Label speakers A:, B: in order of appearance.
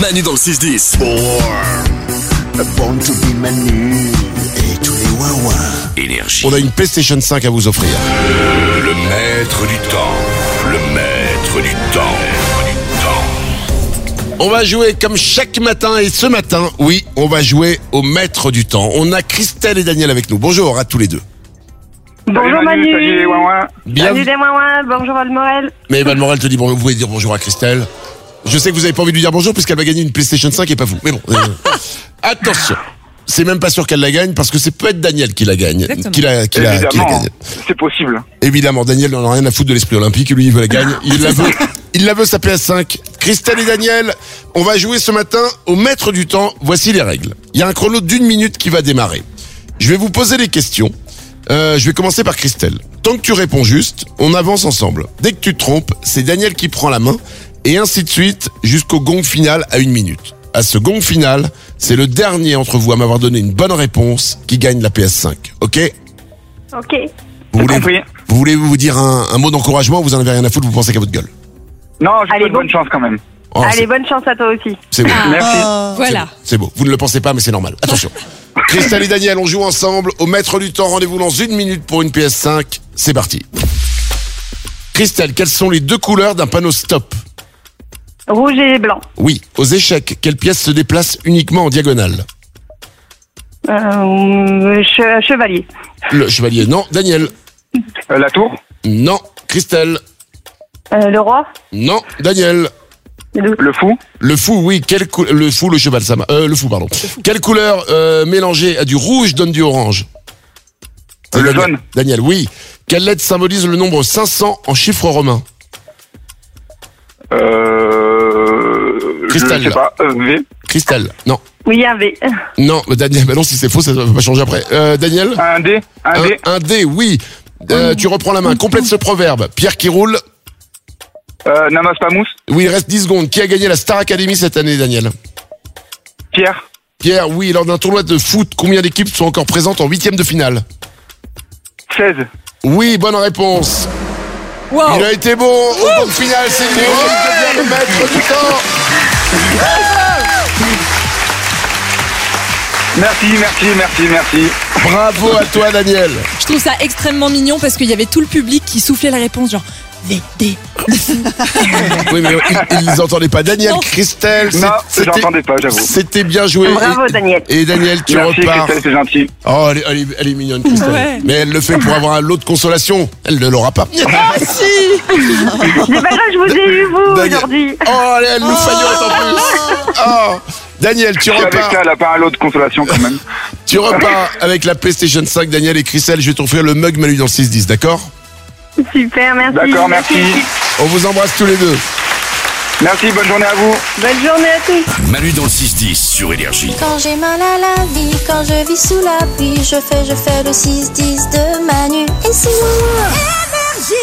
A: Manu dans le 6-10.
B: Born to be Manu et tous les wawa.
A: Énergie.
C: On a une PlayStation 5 à vous offrir.
A: Le maître du temps. Le maître du temps. Le maître du temps.
C: On va jouer comme chaque matin et ce matin, oui, on va jouer au maître du temps. On a Christelle et Daniel avec nous. Bonjour à tous les deux.
D: Bonjour
E: Salut
D: Manu,
E: Salut les Wawa.
D: Salut les Wawa, bonjour Valmorel.
C: Mais Valmorel te dit bon, vous pouvez dire bonjour à Christelle. Je sais que vous avez pas envie de lui dire bonjour puisqu'elle va gagner une PlayStation 5 et pas vous. Mais bon. euh, attention. C'est même pas sûr qu'elle la gagne parce que c'est peut-être Daniel qui la gagne. Qui la, qui la, qui la
E: Évidemment,
C: gagne.
E: c'est possible.
C: Évidemment, Daniel n'en a rien à foutre de l'esprit olympique. Lui, il veut la gagne. Il la veut. Il la veut sa PS5. Christelle et Daniel, on va jouer ce matin au maître du temps. Voici les règles. Il y a un chrono d'une minute qui va démarrer. Je vais vous poser les questions. Euh, je vais commencer par Christelle. Tant que tu réponds juste, on avance ensemble. Dès que tu te trompes, c'est Daniel qui prend la main. Et ainsi de suite jusqu'au gong final à une minute. À ce gong final, c'est le dernier entre vous à m'avoir donné une bonne réponse qui gagne la PS5. Ok
D: Ok.
C: vous voulez,
E: J'ai compris.
C: vous voulez vous dire un, un mot d'encouragement ou Vous en avez rien à foutre, vous pensez qu'à votre gueule.
E: Non, je vous
D: Allez,
E: souhaite
D: bon.
E: bonne chance quand même.
C: Oh,
D: Allez,
C: c'est-
D: bonne chance à toi aussi.
C: c'est beau,
E: Merci.
D: Ah.
F: Voilà.
C: c'est beau. Vous ne le pensez pas, mais c'est normal. Attention. Christelle et Daniel, on joue ensemble. Au maître du temps, rendez-vous dans une minute pour une PS5. C'est parti. Christelle, quelles sont les deux couleurs d'un panneau stop
D: Rouge et blanc.
C: Oui. Aux échecs, quelle pièce se déplace uniquement en diagonale
D: Euh, che- chevalier.
C: Le chevalier, non. Daniel,
E: Euh, la tour
C: non. Christelle,
D: Euh, le roi.
C: non. Daniel,
E: Le fou
C: le fou, oui. Quelle cou- le fou, le cheval, ça m'a- euh, le fou, pardon. Quelle couleur euh, mélangée à du rouge donne du orange Euh,
E: Le
C: Daniel-
E: jaune.
C: Daniel, oui. Quelle lettre symbolise le nombre 500 en chiffres romains
E: euh,
C: Cristal.
E: Je sais pas. Euh, v.
C: Christelle, non.
D: Oui, un V.
C: Non, mais Daniel, bah non, si c'est faux, ça ne va pas changer après. Euh, Daniel
E: Un D Un
C: un,
E: D
C: un D, oui. Euh, tu reprends la main. Complète ce proverbe. Pierre qui roule. Oh.
E: euh, Namas Pamous
C: Oui, il reste 10 secondes. Qui a gagné la Star Academy cette année, Daniel
E: Pierre
C: Pierre, oui. Lors d'un tournoi de foot, combien d'équipes sont encore présentes en huitième de finale
E: 16
C: Oui, bonne réponse.
E: Oh.
F: Wow.
C: Il a été bon. Au bout final, c'est Théo qui devient le maître du temps.
E: Merci, merci, merci, merci.
C: Bravo à toi, Daniel.
F: Je trouve ça extrêmement mignon parce qu'il y avait tout le public qui soufflait la réponse genre VD.
C: Oui, mais il ne les entendait pas. Daniel,
F: Non.
C: Christelle, c'est-
E: Oh. Non, je
C: c'était-
E: l'entendais pas, j'avoue.
C: C'était bien joué.
D: Bravo,
C: Et-
D: Daniel.
C: Et Daniel, tu
E: Merci
C: repars.
E: Christelle, c'est gentil.
C: Oh, elle est, elle est- elle est mignonne, Christelle.
F: Ouais.
C: Mais elle le fait pour avoir un lot de consolation. Elle ne l'aura pas.
D: C'est pas grave, je vous ai eu, vous,
C: Daniel.
D: aujourd'hui.
C: Oh, elle, elle nous faillote en plus. Oh. Daniel, tu
E: Je suis avec
C: repars,
E: ça, elle a pas un lot de consolation quand même.
C: tu repars avec la PlayStation 5, Daniel et Christelle. Je vais t'offrir le mug Malu dans le 6-10, d'accord
D: Super, merci.
E: D'accord, merci.
C: On vous embrasse tous les deux.
E: Merci, bonne journée à vous.
D: Bonne journée à tous.
A: Manu dans le 6-10 sur Énergie.
G: Quand j'ai mal à la vie, quand je vis sous la pluie, je fais, je fais le 6-10 de Manu. Et c'est moi Énergie